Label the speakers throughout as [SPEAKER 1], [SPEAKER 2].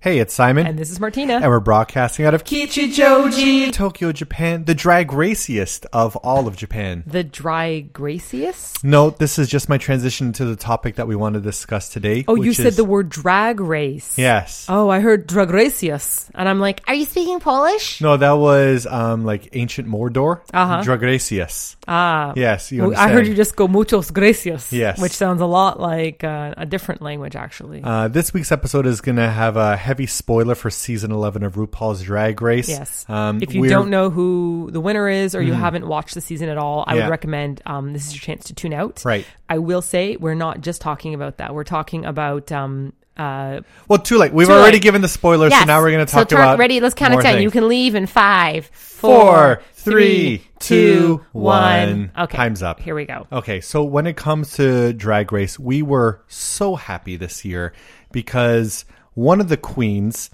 [SPEAKER 1] Hey, it's Simon.
[SPEAKER 2] And this is Martina.
[SPEAKER 1] And we're broadcasting out of Kichijoji, Tokyo, Japan, the dry graciest of all of Japan.
[SPEAKER 2] the dry gracious?
[SPEAKER 1] No, this is just my transition to the topic that we want to discuss today.
[SPEAKER 2] Oh, you
[SPEAKER 1] which
[SPEAKER 2] said
[SPEAKER 1] is-
[SPEAKER 2] the word drag race.
[SPEAKER 1] Yes.
[SPEAKER 2] Oh, I heard drag racious. And I'm like, are you speaking Polish?
[SPEAKER 1] No, that was um like ancient Mordor.
[SPEAKER 2] Uh-huh.
[SPEAKER 1] Dragracius. Ah. Yes, you
[SPEAKER 2] I
[SPEAKER 1] understand.
[SPEAKER 2] heard you just go muchos gracias.
[SPEAKER 1] Yes.
[SPEAKER 2] Which sounds a lot like uh, a different language, actually.
[SPEAKER 1] Uh, this week's episode is going to have a heavy spoiler for season 11 of RuPaul's Drag Race.
[SPEAKER 2] yes.
[SPEAKER 1] Um,
[SPEAKER 2] if you
[SPEAKER 1] we're- Hmm.
[SPEAKER 2] don't know who the winner is or you haven't watched the season at all, I
[SPEAKER 1] Yeah.
[SPEAKER 2] would recommend um, this is your chance to tune out.
[SPEAKER 1] Right.
[SPEAKER 2] I will say we're not just talking about that. We're talking about. Um, uh,
[SPEAKER 1] Well, too late. We've
[SPEAKER 2] Too
[SPEAKER 1] already
[SPEAKER 2] late.
[SPEAKER 1] given the spoiler, so now we're going to talk
[SPEAKER 2] turn-
[SPEAKER 1] about.
[SPEAKER 2] Ready? Let's count
[SPEAKER 1] more
[SPEAKER 2] to ten.
[SPEAKER 1] things.
[SPEAKER 2] You can leave in five,
[SPEAKER 1] Four,
[SPEAKER 2] four,
[SPEAKER 1] three,
[SPEAKER 2] three,
[SPEAKER 1] two,
[SPEAKER 2] two,
[SPEAKER 1] one.
[SPEAKER 2] one. Okay,
[SPEAKER 1] Time's up.
[SPEAKER 2] Here we go.
[SPEAKER 1] Okay, so when it comes to Drag Race, we were so happy this year because one of the queens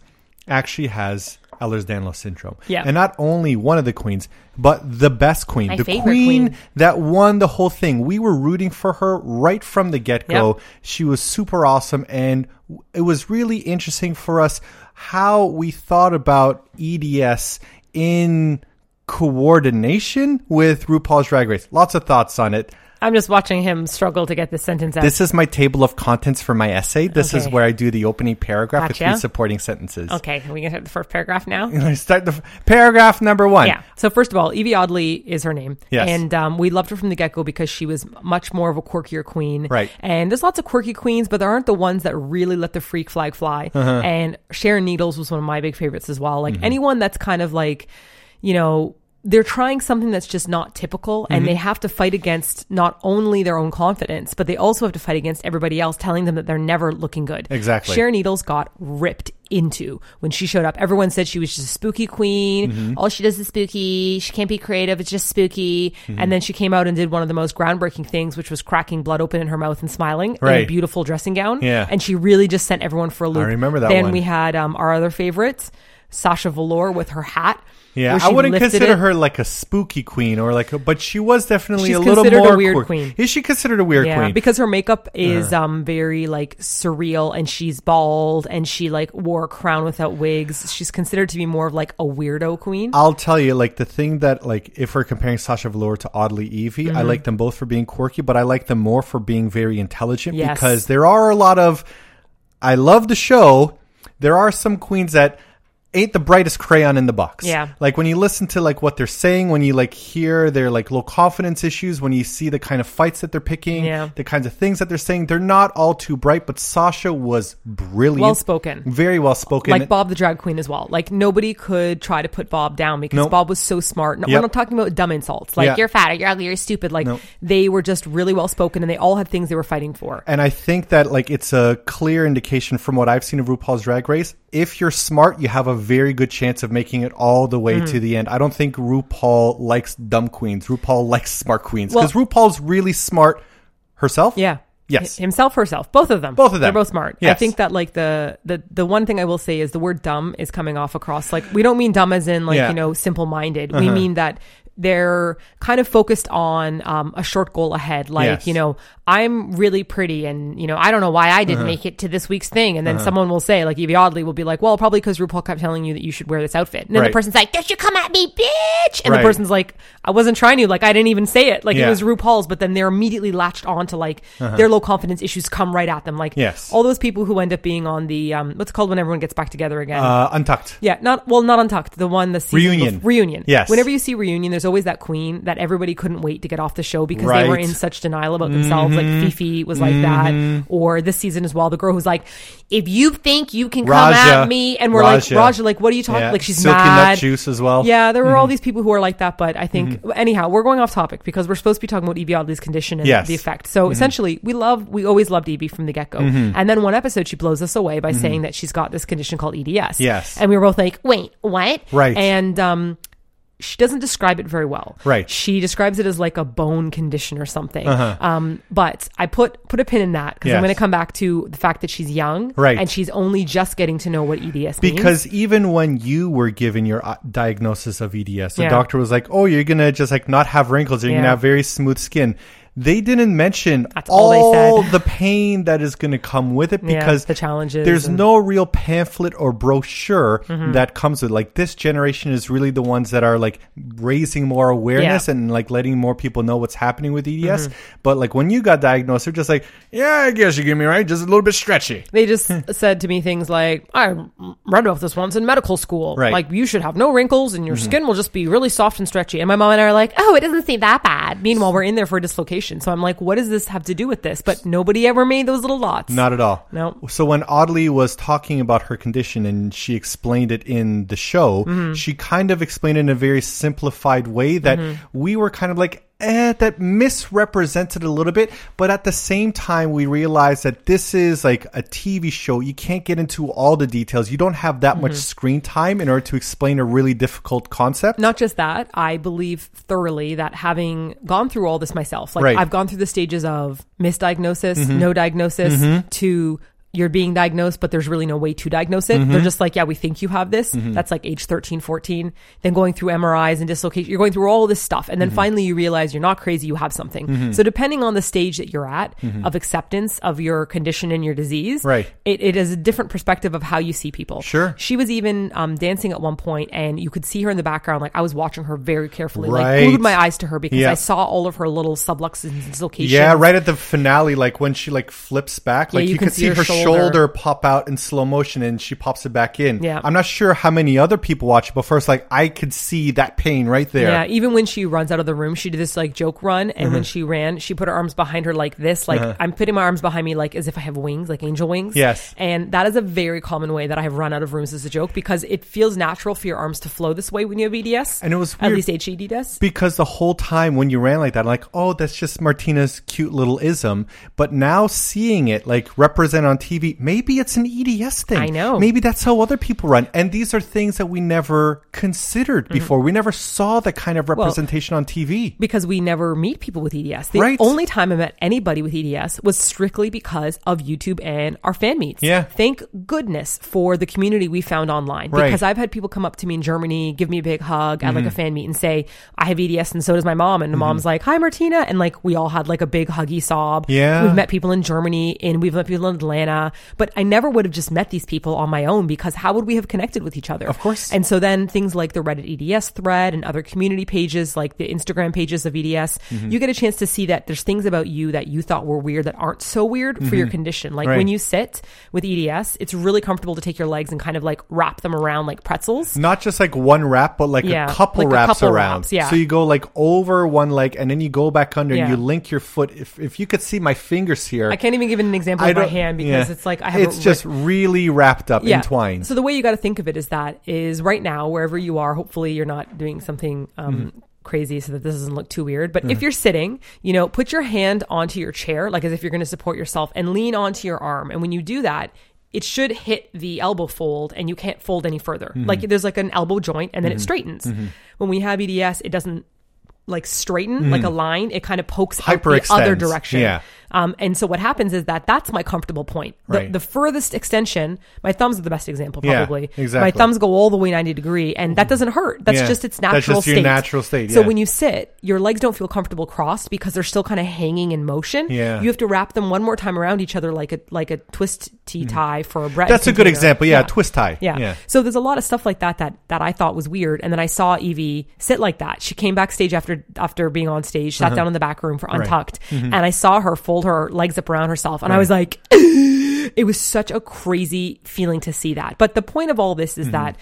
[SPEAKER 1] actually has Ehlers-Danlos syndrome.
[SPEAKER 2] Yeah.
[SPEAKER 1] And not only one of the queens, but the best queen.
[SPEAKER 2] My
[SPEAKER 1] the
[SPEAKER 2] favorite queen.
[SPEAKER 1] that won the whole thing. We were rooting for her right from the get-go. She was super awesome and it was really interesting for us how we thought about EDS in coordination with RuPaul's Drag Race. Lots of thoughts on it.
[SPEAKER 2] I'm just watching him struggle to get this sentence out.
[SPEAKER 1] This is my table of contents for my essay. This is
[SPEAKER 2] Okay.
[SPEAKER 1] where I do the opening paragraph with
[SPEAKER 2] Gotcha.
[SPEAKER 1] three supporting sentences.
[SPEAKER 2] okay, are we gonna have the first paragraph now?
[SPEAKER 1] I start the f- paragraph number one.
[SPEAKER 2] Yeah. So first of all, Evie Oddly is her name,
[SPEAKER 1] Yes.
[SPEAKER 2] and um, we loved her from the get go because she was much more of a quirkier queen,
[SPEAKER 1] Right.
[SPEAKER 2] And there's lots of quirky queens, but there aren't the ones that really let the freak flag fly.
[SPEAKER 1] Uh-huh.
[SPEAKER 2] And Sharon Needles was one of my big favorites as well.
[SPEAKER 1] Mm-hmm.
[SPEAKER 2] Like anyone that's kind of like, you know. They're trying something that's just not typical,
[SPEAKER 1] Mm-hmm.
[SPEAKER 2] and they have to fight against not only their own confidence, but they also have to fight against everybody else telling them that they're never looking good.
[SPEAKER 1] Exactly.
[SPEAKER 2] Sharon Needles got ripped into when she showed up. Everyone said she was just a spooky queen.
[SPEAKER 1] Mm-hmm.
[SPEAKER 2] All she does is spooky. She can't be creative. It's just spooky.
[SPEAKER 1] Mm-hmm.
[SPEAKER 2] And then she came out and did one of the most groundbreaking things, which was cracking blood open in her mouth and smiling in
[SPEAKER 1] Right.
[SPEAKER 2] a beautiful dressing gown.
[SPEAKER 1] Yeah.
[SPEAKER 2] And she really just sent everyone for a loop.
[SPEAKER 1] remember that
[SPEAKER 2] Then
[SPEAKER 1] one.
[SPEAKER 2] we had um, our other favorites, Sasha Velour with her hat.
[SPEAKER 1] Yeah,
[SPEAKER 2] where
[SPEAKER 1] I
[SPEAKER 2] she
[SPEAKER 1] wouldn't
[SPEAKER 2] lifted
[SPEAKER 1] consider
[SPEAKER 2] it.
[SPEAKER 1] her like a spooky queen or like a, but she was definitely
[SPEAKER 2] She's
[SPEAKER 1] a little
[SPEAKER 2] considered a
[SPEAKER 1] more
[SPEAKER 2] weird
[SPEAKER 1] quirk-
[SPEAKER 2] queen.
[SPEAKER 1] Is she considered a weird
[SPEAKER 2] Yeah,
[SPEAKER 1] queen? Uh.
[SPEAKER 2] because her makeup is um very like surreal, and she's bald, and she like wore a crown without wigs. She's considered to be more of like a weirdo queen.
[SPEAKER 1] I'll tell you, like the thing that, like, if we're comparing Sasha Velour to Audley Evie,
[SPEAKER 2] Mm-hmm.
[SPEAKER 1] I like them both for being quirky, but I like them more for being very intelligent
[SPEAKER 2] Yes.
[SPEAKER 1] because there are a lot of. I love the show. There are some queens that ain't the brightest crayon in the box.
[SPEAKER 2] Yeah.
[SPEAKER 1] Like when you listen to like what they're saying, when you like hear their like low confidence issues, when you see the kind of fights that they're picking,
[SPEAKER 2] Yeah.
[SPEAKER 1] the kinds of things that they're saying, they're not all too bright. But Sasha was brilliant,
[SPEAKER 2] Well spoken.
[SPEAKER 1] very well spoken,
[SPEAKER 2] like Bob the drag queen as well. Like nobody could try to put Bob down because
[SPEAKER 1] Nope.
[SPEAKER 2] Bob was so smart. No,
[SPEAKER 1] Yep.
[SPEAKER 2] We're not talking about dumb insults like
[SPEAKER 1] Yeah.
[SPEAKER 2] you're fat or you're ugly or stupid. Like they were just really well spoken and they all had things they were fighting for.
[SPEAKER 1] And I think that like it's a clear indication from what I've seen of RuPaul's Drag Race. If you're smart, you have a very good chance of making it all the way
[SPEAKER 2] Hmm.
[SPEAKER 1] to the end. I don't think RuPaul likes dumb queens. RuPaul likes smart queens because RuPaul's really smart herself.
[SPEAKER 2] Yeah.
[SPEAKER 1] Yes.
[SPEAKER 2] Hi- Himself, herself, both of them.
[SPEAKER 1] Both of them.
[SPEAKER 2] They're both smart. I
[SPEAKER 1] Yes.
[SPEAKER 2] think that like the, the the one thing I will say is the word dumb is coming off across like we don't mean dumb as in like
[SPEAKER 1] Yeah. Uh-huh.
[SPEAKER 2] you know simple minded. We mean that they're kind of focused on um, a short goal ahead. Like
[SPEAKER 1] Yes.
[SPEAKER 2] you know I'm really pretty and you know I don't know why I didn't
[SPEAKER 1] Uh-huh.
[SPEAKER 2] make it to this week's thing. And then someone will say like Evie Oddly will be like, well probably because RuPaul kept telling you that you should wear this outfit. And then
[SPEAKER 1] Right.
[SPEAKER 2] the person's like, don't you come at me, bitch? And
[SPEAKER 1] Right.
[SPEAKER 2] the person's like, I wasn't trying to. Like I didn't even say it. Like
[SPEAKER 1] Yeah. Uh-huh.
[SPEAKER 2] it was RuPaul. RuPaul's, but then they're immediately latched on to like their low confidence issues come right at them. Like
[SPEAKER 1] Yes.
[SPEAKER 2] all those people who end up being on the um, what's it called when everyone gets back together again.
[SPEAKER 1] Uh, untucked.
[SPEAKER 2] yeah, not well, not untucked. The one the season
[SPEAKER 1] Reunion.
[SPEAKER 2] bef- reunion.
[SPEAKER 1] Yes.
[SPEAKER 2] Whenever you see reunion, there's always that queen that everybody couldn't wait to get off the show because they were
[SPEAKER 1] Right. Mm-hmm.
[SPEAKER 2] in such denial about themselves. Like Fifi was like that, or this season as well. The girl who's like, "If you think you can come
[SPEAKER 1] Raja.
[SPEAKER 2] at me," and we're
[SPEAKER 1] Raja.
[SPEAKER 2] like, "Raja, like what are you talking?
[SPEAKER 1] Yeah.
[SPEAKER 2] Like she's
[SPEAKER 1] Silky
[SPEAKER 2] mad."
[SPEAKER 1] nut juice as well.
[SPEAKER 2] Yeah, there were
[SPEAKER 1] Mm-hmm.
[SPEAKER 2] all these people who are like that, but I think anyhow, we're going off topic because we're supposed to be talking about Evie Oddly's condition and
[SPEAKER 1] Yes. Mm-hmm.
[SPEAKER 2] the effect. So essentially, we love we always loved Evie from the get go, and then one episode she blows us away by saying that she's got this condition called EDS.
[SPEAKER 1] Mm-hmm. Yes.
[SPEAKER 2] and we were both like, wait, what?
[SPEAKER 1] Right.
[SPEAKER 2] and um. She doesn't describe it very well.
[SPEAKER 1] Right. Uh-huh.
[SPEAKER 2] She describes it as like a bone condition or something. Um, but I put put a pin in that because
[SPEAKER 1] Yes.
[SPEAKER 2] I'm going to come back to the fact that she's young,
[SPEAKER 1] Right.
[SPEAKER 2] And she's only just getting to know what EDS means.
[SPEAKER 1] Because even when you were given your uh, diagnosis of EDS, the
[SPEAKER 2] Yeah.
[SPEAKER 1] doctor was like, "Oh, you're gonna just like not have wrinkles. You're
[SPEAKER 2] Yeah.
[SPEAKER 1] gonna have very smooth skin." They didn't mention
[SPEAKER 2] That's all they said.
[SPEAKER 1] the pain that is going to come with it
[SPEAKER 2] Yeah,
[SPEAKER 1] because
[SPEAKER 2] the challenges
[SPEAKER 1] There's
[SPEAKER 2] and- Mm-hmm.
[SPEAKER 1] no real pamphlet or brochure that comes with like this generation is really the ones that are like raising more awareness
[SPEAKER 2] Yeah. Mm-hmm.
[SPEAKER 1] and like letting more people know what's happening with EDS. But like when you got diagnosed, they're just like, yeah, I guess you give me right, just a little bit stretchy.
[SPEAKER 2] They just said to me things like, I read about this once in medical school.
[SPEAKER 1] Right.
[SPEAKER 2] Like, you should have no wrinkles and your skin will just be really soft and stretchy. And my mom and I are like, oh, it doesn't seem that bad. Meanwhile, we're in there for a dislocation. So I'm like, what does this have to do with this? But nobody ever made those little dots.
[SPEAKER 1] Not at all.
[SPEAKER 2] No.
[SPEAKER 1] So when Audley was talking about her condition and she explained it in the show, she kind of explained it in a very simplified way that we were kind of like, eh, that misrepresented a little bit. But at the same time, we realized that this is like a TV show. You can't get into all the details. You don't have that much screen time in order to explain a really difficult concept.
[SPEAKER 2] Not just that, I believe thoroughly that having gone through all this myself, like
[SPEAKER 1] Right. Mm-hmm.
[SPEAKER 2] I've gone through the stages of misdiagnosis, no diagnosis, to you're being diagnosed, but there's really no way to diagnose it.
[SPEAKER 1] Mm-hmm.
[SPEAKER 2] They're just like, yeah, we think you have this. That's like age 13, 14. Then going through MRIs and dislocation, you're going through all this stuff. And then
[SPEAKER 1] Mm-hmm.
[SPEAKER 2] finally you realize you're not crazy, you have something. So depending on the stage that you're at of acceptance of your condition and your disease,
[SPEAKER 1] Mm-hmm. Right.
[SPEAKER 2] it, it is a different perspective of how you see people.
[SPEAKER 1] Sure.
[SPEAKER 2] She was even um, dancing at one point, and you could see her in the background. Like I was watching her very carefully,
[SPEAKER 1] Right.
[SPEAKER 2] like glued my eyes to her because
[SPEAKER 1] Yeah.
[SPEAKER 2] I saw all of her little subluxes and dislocations.
[SPEAKER 1] Yeah, right at the finale, like when she like flips back, like
[SPEAKER 2] you
[SPEAKER 1] you,
[SPEAKER 2] can
[SPEAKER 1] can, see, her shoulder. pop out in slow motion, and she pops it back in.
[SPEAKER 2] Yeah.
[SPEAKER 1] I'm not sure how many other people watch, it, but first, like I could see that pain right there. Mm-hmm.
[SPEAKER 2] Yeah, even when she runs out of the room, she did this like joke run, and when she ran, she put her arms behind her like this. Like
[SPEAKER 1] Uh-huh.
[SPEAKER 2] I'm putting my arms behind me, like as if I have wings, like angel wings.
[SPEAKER 1] Yes.
[SPEAKER 2] and that is a very common way that I have run out of rooms as a joke because it feels natural for your arms to flow this way when you have EDS,
[SPEAKER 1] And it was
[SPEAKER 2] at
[SPEAKER 1] weird.
[SPEAKER 2] least E HEDS.
[SPEAKER 1] Because the whole time when you ran like that, like, oh, that's just Martina's cute little ism. But now seeing it like represent on TV, maybe it's an EDS thing.
[SPEAKER 2] I know.
[SPEAKER 1] Maybe that's how other people run. And these are things that we never considered
[SPEAKER 2] Mm-hmm.
[SPEAKER 1] before. We never saw that kind of representation on TV.
[SPEAKER 2] because we never meet people with EDS. The
[SPEAKER 1] Right.
[SPEAKER 2] only time I met anybody with EDS was strictly because of YouTube and our fan meets.
[SPEAKER 1] Yeah.
[SPEAKER 2] Thank goodness for the community we found online
[SPEAKER 1] Right. Mm.
[SPEAKER 2] because I've had people come up to me in Germany, give me a big hug at like a fan meet and say, I have EDS and so does my mom. And
[SPEAKER 1] Mm-hmm.
[SPEAKER 2] the mom's like, hi, Martina. And like, we all had like a big huggy sob.
[SPEAKER 1] Yeah.
[SPEAKER 2] We've met people in Germany and we've met people in Atlanta, but I never would have just met these people on my own because how would we have connected with each other?
[SPEAKER 1] Of course.
[SPEAKER 2] And so then things like the Reddit EDS thread and other community pages, like the Instagram pages of EDS,
[SPEAKER 1] Mm-hmm.
[SPEAKER 2] you get a chance to see that there's things about you that you thought were weird that aren't so weird for your condition. Like
[SPEAKER 1] Mm-hmm. Right.
[SPEAKER 2] when you sit with EDS, it's really comfortable to take your legs and kind of like wrap them around like pretzels.
[SPEAKER 1] not just like one wrap, but like
[SPEAKER 2] Yeah,
[SPEAKER 1] a couple
[SPEAKER 2] like a
[SPEAKER 1] wraps
[SPEAKER 2] couple
[SPEAKER 1] around.
[SPEAKER 2] wraps, yeah.
[SPEAKER 1] So you go like over one leg, and then you go back under, and
[SPEAKER 2] Yeah.
[SPEAKER 1] you link your foot. If if you could see my fingers here,
[SPEAKER 2] I can't even give an example
[SPEAKER 1] I
[SPEAKER 2] of my
[SPEAKER 1] don't-
[SPEAKER 2] hand because
[SPEAKER 1] yeah.
[SPEAKER 2] it's like I have
[SPEAKER 1] it's
[SPEAKER 2] it
[SPEAKER 1] just really wrapped up,
[SPEAKER 2] Yeah.
[SPEAKER 1] entwined.
[SPEAKER 2] So the way you got to think of it is that is right now wherever you are. Hopefully you're not doing something um,
[SPEAKER 1] Mm-hmm.
[SPEAKER 2] crazy so that this doesn't look too weird. But if you're sitting, you know, put your hand onto your chair like as if you're going to support yourself and lean onto your arm. And when you do that. It should hit the elbow fold and you can't fold any further.
[SPEAKER 1] Mm-hmm.
[SPEAKER 2] Like there's like an elbow joint and then it straightens. When we have EDS, it doesn't like straighten like a line. It kind of pokes out the other
[SPEAKER 1] Mm-hmm. Hyperextends.
[SPEAKER 2] direction.
[SPEAKER 1] Yeah.
[SPEAKER 2] Um, and so what happens is that that's my comfortable point. The,
[SPEAKER 1] Right.
[SPEAKER 2] the furthest extension, my thumbs are the best example,
[SPEAKER 1] Yeah,
[SPEAKER 2] probably.
[SPEAKER 1] exactly.
[SPEAKER 2] My thumbs go all the way 90 degree, and that doesn't hurt. That's
[SPEAKER 1] Yeah.
[SPEAKER 2] just its
[SPEAKER 1] That's
[SPEAKER 2] natural
[SPEAKER 1] just your
[SPEAKER 2] state.
[SPEAKER 1] natural state,
[SPEAKER 2] So
[SPEAKER 1] yeah.
[SPEAKER 2] when you sit, your legs don't feel comfortable crossed because they're still kind of hanging in motion.
[SPEAKER 1] Yeah.
[SPEAKER 2] You have to wrap them one more time around each other like a like a twist tea tie for a bread.
[SPEAKER 1] Mm. That's a good
[SPEAKER 2] container.
[SPEAKER 1] example. Yeah, twist tie.
[SPEAKER 2] Yeah. So there's a lot of stuff like that that that I thought was weird, and then I saw Evie sit like that. She came backstage after after being on stage, sat down in the back room for Untucked, and I saw her fold her legs up around herself, and I was like, it was such a crazy feeling to see that. But the point of all this is that.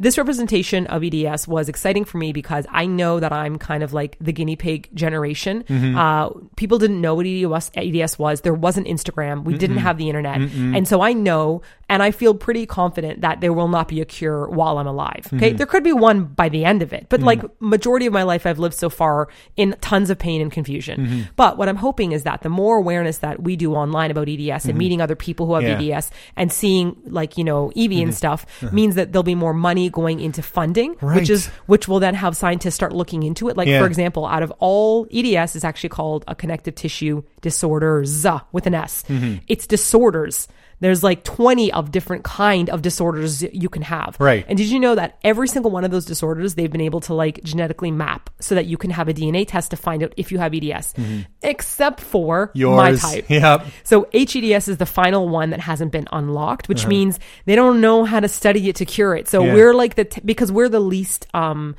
[SPEAKER 2] This representation of EDS was exciting for me because I know that I'm kind of like the guinea pig generation. Uh, people didn't know what E EDS, EDS was. There wasn't Instagram. We didn't have the internet. And so I know and I feel pretty confident that there will not be a cure while I'm alive. Okay. There could be one by the end of it, but like majority of my life I've lived so far in tons of pain and confusion. But what I'm hoping is that the more awareness that we do online about EDS and meeting other people who have
[SPEAKER 1] Yeah. Mm-hmm. Uh-huh.
[SPEAKER 2] EDS and seeing like, you know, Evie and stuff means that there'll be more money going into funding,
[SPEAKER 1] Right.
[SPEAKER 2] which is, which will then have scientists start looking into it. Like
[SPEAKER 1] Yeah.
[SPEAKER 2] for example, out of all E EDS
[SPEAKER 1] Mm-hmm.
[SPEAKER 2] is actually called a connective tissue disorders with an S. It's disorders There's like 20 of different kind of disorders you can have.
[SPEAKER 1] Right.
[SPEAKER 2] And did you know that every single one of those disorders they've been able to like genetically map so that you can have a DNA test to find out if you have EDS, except for my
[SPEAKER 1] Mm-hmm. Yours.
[SPEAKER 2] type.
[SPEAKER 1] Yep.
[SPEAKER 2] So HEDS is the final one that hasn't been unlocked, which means they don't know how to study it to cure it. So
[SPEAKER 1] Uh-huh. Yeah.
[SPEAKER 2] we're like the t- because we're the least, um,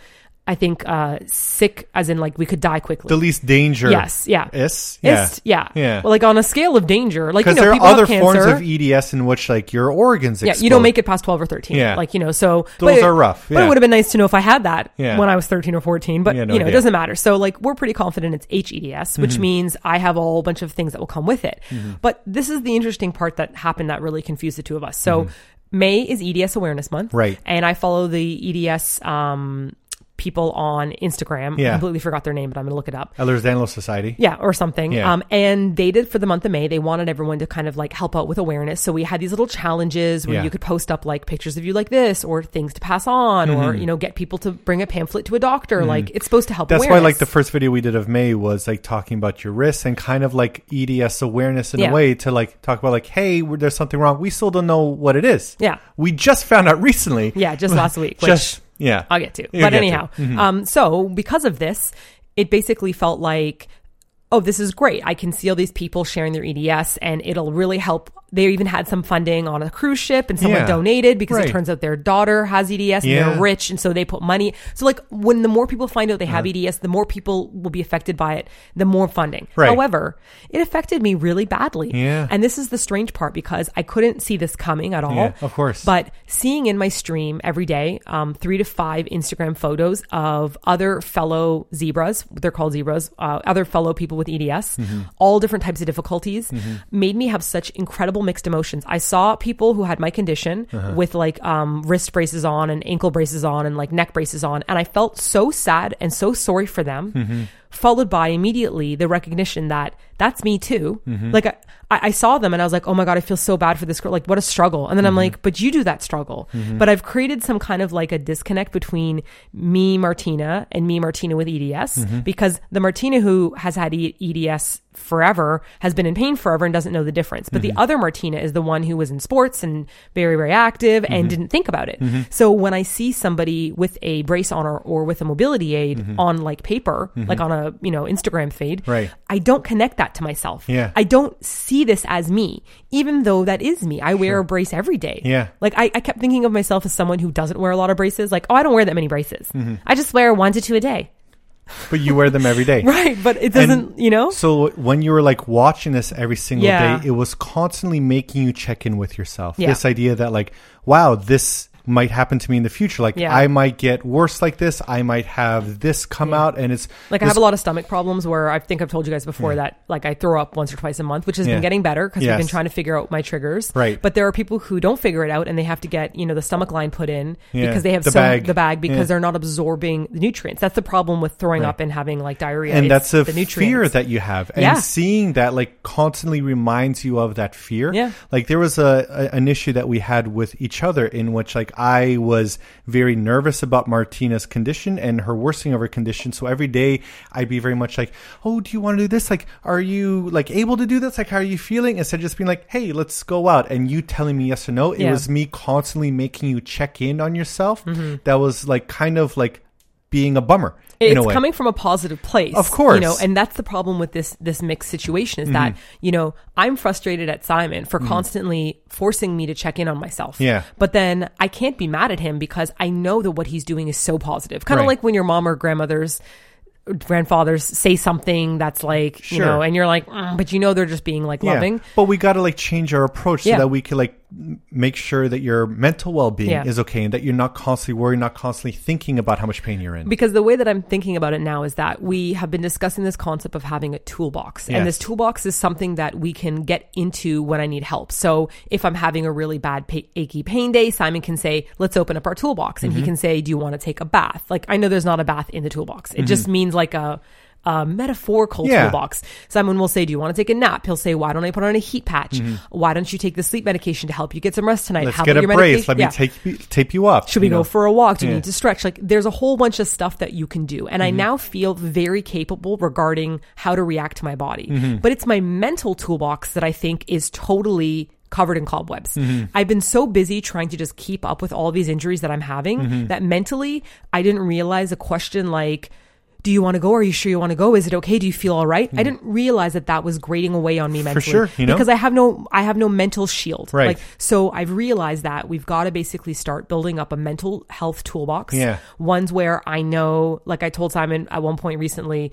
[SPEAKER 2] I think, uh, sick as in like we could die quickly.
[SPEAKER 1] The least danger.
[SPEAKER 2] Yes, yeah.
[SPEAKER 1] Yes. Yeah.
[SPEAKER 2] Ist- yeah.
[SPEAKER 1] Yeah.
[SPEAKER 2] Well, like on a scale of danger, like you
[SPEAKER 1] because
[SPEAKER 2] know,
[SPEAKER 1] there
[SPEAKER 2] people
[SPEAKER 1] are other
[SPEAKER 2] have cancer.
[SPEAKER 1] forms of EDS in which like your organs.
[SPEAKER 2] yeah,
[SPEAKER 1] Explode.
[SPEAKER 2] you don't make it past twelve or thirteen.
[SPEAKER 1] Yeah.
[SPEAKER 2] like you know, so
[SPEAKER 1] Those
[SPEAKER 2] but it-
[SPEAKER 1] are rough,
[SPEAKER 2] But
[SPEAKER 1] yeah.
[SPEAKER 2] it would have been nice to know if I had that
[SPEAKER 1] Yeah.
[SPEAKER 2] when I was thirteen or fourteen. But
[SPEAKER 1] Yeah, no
[SPEAKER 2] you
[SPEAKER 1] idea.
[SPEAKER 2] know,
[SPEAKER 1] Mm-hmm.
[SPEAKER 2] it doesn't matter. So like, we're pretty confident it's HEDS, which means I have a whole bunch of things that will come with it. But this is the interesting part that happened that really confused the two of us. So May is EDS Awareness Month,
[SPEAKER 1] Mm-hmm. Right.
[SPEAKER 2] And I follow the EDS. Um, people on Instagram.
[SPEAKER 1] Yeah.
[SPEAKER 2] I completely forgot their name, but I'm going to look it up.
[SPEAKER 1] Ehlers Danlos Society.
[SPEAKER 2] Yeah, or something.
[SPEAKER 1] Yeah.
[SPEAKER 2] Um, and they did for the month of May. They wanted everyone to kind of like help out with awareness. So we had these little challenges where
[SPEAKER 1] Yeah.
[SPEAKER 2] you could post up like pictures of you like this, or things to pass on,
[SPEAKER 1] Mm-hmm.
[SPEAKER 2] or you know get people to bring a pamphlet to a doctor. Like it's supposed to help.
[SPEAKER 1] Mm. That's
[SPEAKER 2] awareness.
[SPEAKER 1] why, like, the first video we did of May was like talking about your wrists and kind of like EDS awareness in a
[SPEAKER 2] Yeah.
[SPEAKER 1] way to like talk about like, hey, we're- there's something wrong. We still don't know what it is.
[SPEAKER 2] Yeah.
[SPEAKER 1] we just found out recently.
[SPEAKER 2] yeah just last week. Which,
[SPEAKER 1] just yeah.
[SPEAKER 2] I'll get to.
[SPEAKER 1] You'll
[SPEAKER 2] but
[SPEAKER 1] get to. Mm-hmm.
[SPEAKER 2] anyhow, um, so because of this, it basically felt like, oh, this is great. I can see all these people sharing their EDS, and it'll really help. They even had some funding on a cruise ship, and someone
[SPEAKER 1] Yeah.
[SPEAKER 2] donated because
[SPEAKER 1] Right.
[SPEAKER 2] it turns out their daughter has EDS and
[SPEAKER 1] Yeah.
[SPEAKER 2] they're rich, and so they put money. So like when the more people find out they have
[SPEAKER 1] Uh-huh.
[SPEAKER 2] EDS, the more people will be affected by it, the more funding.
[SPEAKER 1] Right.
[SPEAKER 2] However, it affected me really badly.
[SPEAKER 1] Yeah.
[SPEAKER 2] And this is the strange part because I couldn't see this coming at all.
[SPEAKER 1] Yeah, of course.
[SPEAKER 2] But seeing in my stream every day, um, three to five Instagram photos of other fellow zebras, they're called zebras, uh, other fellow people with EDS,
[SPEAKER 1] Mm-hmm.
[SPEAKER 2] all different types of difficulties, made me have such incredible mixed emotions. I saw people who had my condition
[SPEAKER 1] Uh-huh.
[SPEAKER 2] with like um, wrist braces on and ankle braces on and like neck braces on. And I felt so sad and so sorry for them.
[SPEAKER 1] Mm-hmm.
[SPEAKER 2] Followed by immediately the recognition that that's me too.
[SPEAKER 1] Mm-hmm.
[SPEAKER 2] Like I, I I saw them and I was like, oh my god, I feel so bad for this girl. Like what a struggle. And then I'm like, but you do that struggle. But I've created some kind of like a disconnect between me, Martina, and me, Martina with EDS, because the Martina who has had E- EDS forever has been in pain forever and doesn't know the difference. But the other Martina is the one who was in sports and very, very active and didn't think about it. So when I see somebody with a brace on or, or with a mobility aid on like paper, like on a, you know, Instagram feed,
[SPEAKER 1] Right.
[SPEAKER 2] I don't connect that to myself.
[SPEAKER 1] Yeah.
[SPEAKER 2] I don't see this as me, even though that is me. I wear a brace every day.
[SPEAKER 1] Yeah.
[SPEAKER 2] Like I, I kept thinking of myself as someone who doesn't wear a lot of braces. Like, oh, I don't wear that many braces. I just wear one to two a day.
[SPEAKER 1] But you wear them every day.
[SPEAKER 2] Right. But it doesn't, you know?
[SPEAKER 1] So when you were like watching this every single
[SPEAKER 2] Yeah.
[SPEAKER 1] day, it was constantly making you check in with yourself.
[SPEAKER 2] Yeah.
[SPEAKER 1] This idea that like, wow, this might happen to me in the future. Like
[SPEAKER 2] Yeah.
[SPEAKER 1] I might get worse like this. I might have this come out, and it's
[SPEAKER 2] Like I have a lot of stomach problems where I think I've told you guys before that like I throw up once or twice a month, which has
[SPEAKER 1] Hmm. Yeah.
[SPEAKER 2] been getting better because we've been
[SPEAKER 1] Yes.
[SPEAKER 2] trying to figure out my triggers.
[SPEAKER 1] Right.
[SPEAKER 2] But there are people who don't figure it out and they have to get you know the stomach line put in
[SPEAKER 1] Yeah.
[SPEAKER 2] because they have
[SPEAKER 1] The
[SPEAKER 2] some
[SPEAKER 1] bag.
[SPEAKER 2] the bag because
[SPEAKER 1] Yeah.
[SPEAKER 2] they're not absorbing the nutrients. That's the problem with throwing up and having like diarrhea.
[SPEAKER 1] and
[SPEAKER 2] It's
[SPEAKER 1] that's a
[SPEAKER 2] the
[SPEAKER 1] fear
[SPEAKER 2] nutrients.
[SPEAKER 1] that you have and
[SPEAKER 2] Yeah.
[SPEAKER 1] seeing that like constantly reminds you of that fear
[SPEAKER 2] Yeah.
[SPEAKER 1] like there was a, a an issue that we had with each other in which like i was very nervous about martina's condition and her worsening of her condition so every day i'd be very much like oh do you want to do this like are you like able to do this like how are you feeling instead of just being like hey let's go out and you telling me yes or no it
[SPEAKER 2] Yeah.
[SPEAKER 1] was me constantly making you check in on yourself
[SPEAKER 2] Mm-hmm.
[SPEAKER 1] that was like kind of like being a bummer in a
[SPEAKER 2] it's
[SPEAKER 1] way
[SPEAKER 2] coming from a positive place
[SPEAKER 1] Of course.
[SPEAKER 2] you know and that's the problem with this this mixed situation is that
[SPEAKER 1] Mm-hmm.
[SPEAKER 2] you know i'm frustrated at simon for constantly forcing me to check in on myself
[SPEAKER 1] Yeah.
[SPEAKER 2] but then i can't be mad at him because i know that what he's doing is so positive kind of
[SPEAKER 1] Right.
[SPEAKER 2] like when your mom or grandmother's grandfathers say something that's like you
[SPEAKER 1] Sure.
[SPEAKER 2] know and you're like "Mm," but you know they're just being like loving
[SPEAKER 1] But we got to like change our approach so
[SPEAKER 2] Yeah.
[SPEAKER 1] that we can like m- make sure that your mental well being
[SPEAKER 2] Yeah.
[SPEAKER 1] is okay and that you're not constantly worried, not constantly thinking about how much pain you're in.
[SPEAKER 2] Because the way that I'm thinking about it now is that we have been discussing this concept of having a toolbox.
[SPEAKER 1] Yes.
[SPEAKER 2] And this toolbox is something that we can get into when I need help. So if I'm having a really bad pa- achy pain day, Simon can say, let's open up our toolbox.
[SPEAKER 1] Mm-hmm.
[SPEAKER 2] And he can say, do you want to take a bath? Like I know there's not a bath in the toolbox. It just means like a, a metaphorical
[SPEAKER 1] Mm-hmm. Yeah.
[SPEAKER 2] toolbox. Someone will say, do you want to take a nap? He'll say, why don't I put on a heat patch? Why don't you take the sleep medication to help you get some rest tonight?
[SPEAKER 1] Mm-hmm. Let's
[SPEAKER 2] How
[SPEAKER 1] get
[SPEAKER 2] about
[SPEAKER 1] a
[SPEAKER 2] your
[SPEAKER 1] brace.
[SPEAKER 2] medication?"
[SPEAKER 1] Let
[SPEAKER 2] Yeah.
[SPEAKER 1] me take you- tape you up.
[SPEAKER 2] Should we
[SPEAKER 1] you
[SPEAKER 2] go
[SPEAKER 1] know?
[SPEAKER 2] for a walk? Do
[SPEAKER 1] Yeah. Mm-hmm.
[SPEAKER 2] you need to stretch? Like, there's a whole bunch of stuff that you can do. And I now feel very capable
[SPEAKER 1] Mm-hmm.
[SPEAKER 2] regarding how to react to my body. But it's my mental toolbox that I think is totally covered in cobwebs.
[SPEAKER 1] Mm-hmm.
[SPEAKER 2] I've been so busy trying to just keep up with all these injuries that I'm having
[SPEAKER 1] Mm-hmm.
[SPEAKER 2] that mentally I didn't realize a question like, do you want to go? Are you sure you want to go? Is it okay? Do you feel all right? I didn't realize that that was grating away on me mentally
[SPEAKER 1] Mm-hmm. sure, you know?
[SPEAKER 2] because I have no, I have no mental shield.
[SPEAKER 1] Right.
[SPEAKER 2] Like, so I've realized that we've got to basically start building up a mental health toolbox.
[SPEAKER 1] Yeah.
[SPEAKER 2] Ones where I know, like I told Simon at one point recently,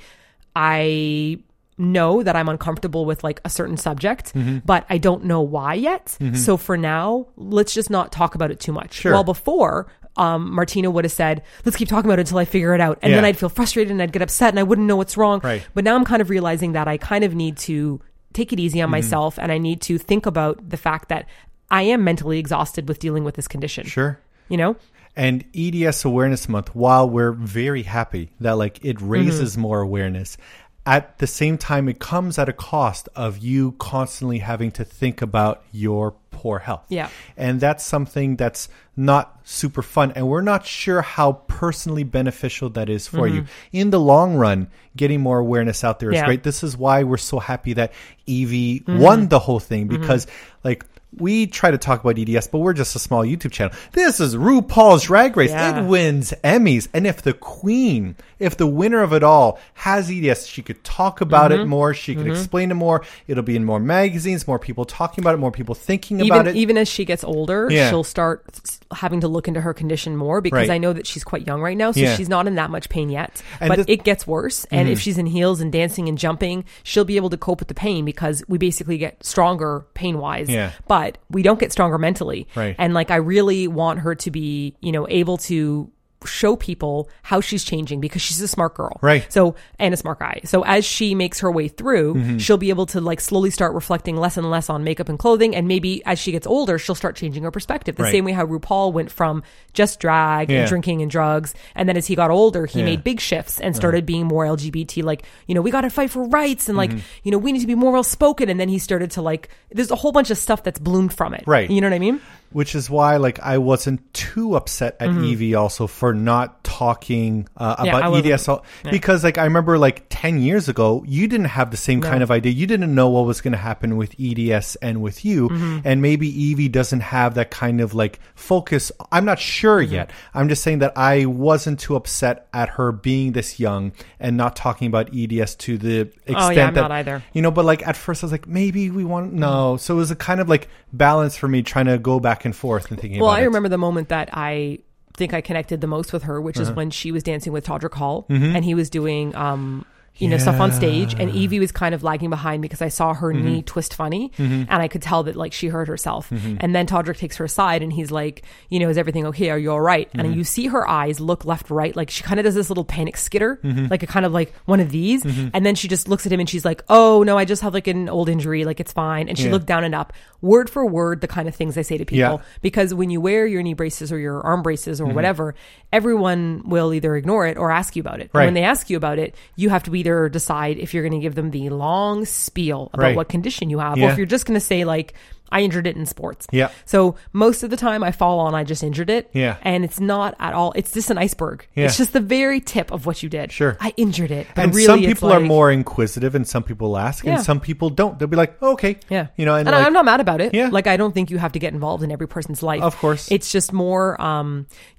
[SPEAKER 2] I know that I'm uncomfortable with like a certain subject,
[SPEAKER 1] Mm-hmm.
[SPEAKER 2] but I don't know why yet. So for now, let's just not talk about it too much. Well, before, um, Martina would have said, let's keep talking about it until I figure it out. And then
[SPEAKER 1] Yeah.
[SPEAKER 2] I'd feel frustrated and I'd get upset and I wouldn't know what's wrong.
[SPEAKER 1] Right.
[SPEAKER 2] But now I'm kind of realizing that I kind of need to take it easy on myself and I need to think about the fact that I am mentally exhausted with dealing with this condition.
[SPEAKER 1] Sure.
[SPEAKER 2] You know?
[SPEAKER 1] and EDS Awareness Month, while we're very happy that like it
[SPEAKER 2] Mm-hmm.
[SPEAKER 1] raises more awareness, at the same time it comes at a cost of you constantly having to think about your poor health.
[SPEAKER 2] Yeah.
[SPEAKER 1] And that's something that's not super fun and we're not sure how personally beneficial that is for you. In the long run, getting more awareness out there is
[SPEAKER 2] Mm-hmm. Yeah. Mm-hmm.
[SPEAKER 1] great. This is why we're so happy that Evie won the whole thing because like we try to talk about EDS, but we're just a small YouTube channel. This is RuPaul's Drag Race.
[SPEAKER 2] Yeah.
[SPEAKER 1] It wins Emmys. And if the queen, if the winner of it all has EDS, she could talk about
[SPEAKER 2] Mm-hmm.
[SPEAKER 1] it more. She could explain it more. It'll be in more magazines, more people talking about it, more people thinking about
[SPEAKER 2] Even,
[SPEAKER 1] it.
[SPEAKER 2] even as she gets older,
[SPEAKER 1] Yeah.
[SPEAKER 2] she'll start s- having to look into her condition more because
[SPEAKER 1] Right.
[SPEAKER 2] I know that she's quite young right now, so
[SPEAKER 1] Yeah.
[SPEAKER 2] she's not in that much pain yet.
[SPEAKER 1] And
[SPEAKER 2] but
[SPEAKER 1] the- Mm-hmm.
[SPEAKER 2] it gets worse. And if she's in heels and dancing and jumping, she'll be able to cope with the pain because we basically get stronger pain wise.
[SPEAKER 1] Yeah.
[SPEAKER 2] But we don't get stronger mentally.
[SPEAKER 1] Right.
[SPEAKER 2] And like, I really want her to be, you know, able to show people how she's changing because she's a smart girl.
[SPEAKER 1] Right.
[SPEAKER 2] So, and a smart guy. So as she makes her way through,
[SPEAKER 1] Mm-hmm.
[SPEAKER 2] she'll be able to like slowly start reflecting less and less on makeup and clothing. And maybe as she gets older, she'll start changing her perspective. The
[SPEAKER 1] Right.
[SPEAKER 2] same way how RuPaul went from just drag
[SPEAKER 1] Yeah.
[SPEAKER 2] and drinking and drugs. And then as he got older, he
[SPEAKER 1] Yeah. Uh-huh.
[SPEAKER 2] made big shifts and started being more LGBT. Like, you know, we got to fight for rights and like,
[SPEAKER 1] Mm-hmm.
[SPEAKER 2] you know, we need to be more well spoken. And then he started to like, there's a whole bunch of stuff that's bloomed from it.
[SPEAKER 1] Right.
[SPEAKER 2] You know what I mean?
[SPEAKER 1] which is why like I wasn't too upset at Evie also for not talking uh,
[SPEAKER 2] Mm-hmm. Yeah, I
[SPEAKER 1] about
[SPEAKER 2] wasn't-
[SPEAKER 1] EDS all- because like I remember like 10 years ago you didn't have the same kind of idea you didn't know what was going to happen with EDS and with you
[SPEAKER 2] Mm-hmm.
[SPEAKER 1] and maybe Evie doesn't have that kind of like focus I'm not sure
[SPEAKER 2] Mm-hmm.
[SPEAKER 1] yet I'm just saying that I wasn't too upset at her being this young and not talking about EDS to the extent
[SPEAKER 2] Oh, I'm
[SPEAKER 1] that
[SPEAKER 2] not either.
[SPEAKER 1] you know, but like at first I was like, maybe we want no. So it was a kind of like balance for me trying to go back and forth and thinking.
[SPEAKER 2] Well,
[SPEAKER 1] about
[SPEAKER 2] I
[SPEAKER 1] it.
[SPEAKER 2] remember the moment that I think I connected the most with her, which
[SPEAKER 1] Uh-huh.
[SPEAKER 2] is when she was dancing with Todrick Hall
[SPEAKER 1] Mm-hmm.
[SPEAKER 2] and he was doing, um, you know, stuff on stage. And Evie was kind of lagging behind because I saw her
[SPEAKER 1] Mm-hmm.
[SPEAKER 2] knee twist funny and I could tell that like she hurt herself. And then Todrick takes her aside and he's like, you know, is everything okay? Are you all right? And
[SPEAKER 1] Mm-hmm.
[SPEAKER 2] you see her eyes look left, right. Like she kind of does this little panic skitter,
[SPEAKER 1] Mm-hmm.
[SPEAKER 2] like a kind of like one of these. And then she just looks at him and she's like, oh, no, I just have like an old injury. Like it's fine. And she
[SPEAKER 1] Yeah.
[SPEAKER 2] looked down and up, word for word, the kind of things I say to people
[SPEAKER 1] Yeah.
[SPEAKER 2] because when you wear your knee braces or your arm braces
[SPEAKER 1] Mm-hmm.
[SPEAKER 2] or whatever, everyone will either ignore it or ask you about it. And
[SPEAKER 1] Right.
[SPEAKER 2] When they ask you about it, you have to either decide if you're going to give them the long spiel about
[SPEAKER 1] Right.
[SPEAKER 2] what condition you have, or
[SPEAKER 1] Yeah.
[SPEAKER 2] if you're just going to say like, "I injured it in sports."
[SPEAKER 1] Yeah.
[SPEAKER 2] So most of the time, I fall on I just injured it.
[SPEAKER 1] Yeah.
[SPEAKER 2] And it's not at all. It's just an iceberg.
[SPEAKER 1] Yeah.
[SPEAKER 2] It's just the very tip of what you did.
[SPEAKER 1] Sure.
[SPEAKER 2] I injured it. But
[SPEAKER 1] And
[SPEAKER 2] really,
[SPEAKER 1] some
[SPEAKER 2] it's
[SPEAKER 1] people are
[SPEAKER 2] like-
[SPEAKER 1] more inquisitive, and some people ask,
[SPEAKER 2] Yeah.
[SPEAKER 1] and some people don't. They'll be like, okay,
[SPEAKER 2] Yeah.
[SPEAKER 1] you know, and,
[SPEAKER 2] I-
[SPEAKER 1] like,
[SPEAKER 2] I'm not mad about it.
[SPEAKER 1] Yeah.
[SPEAKER 2] Like, I don't think you have to get involved in every person's life.
[SPEAKER 1] Of course.
[SPEAKER 2] It's just more, um,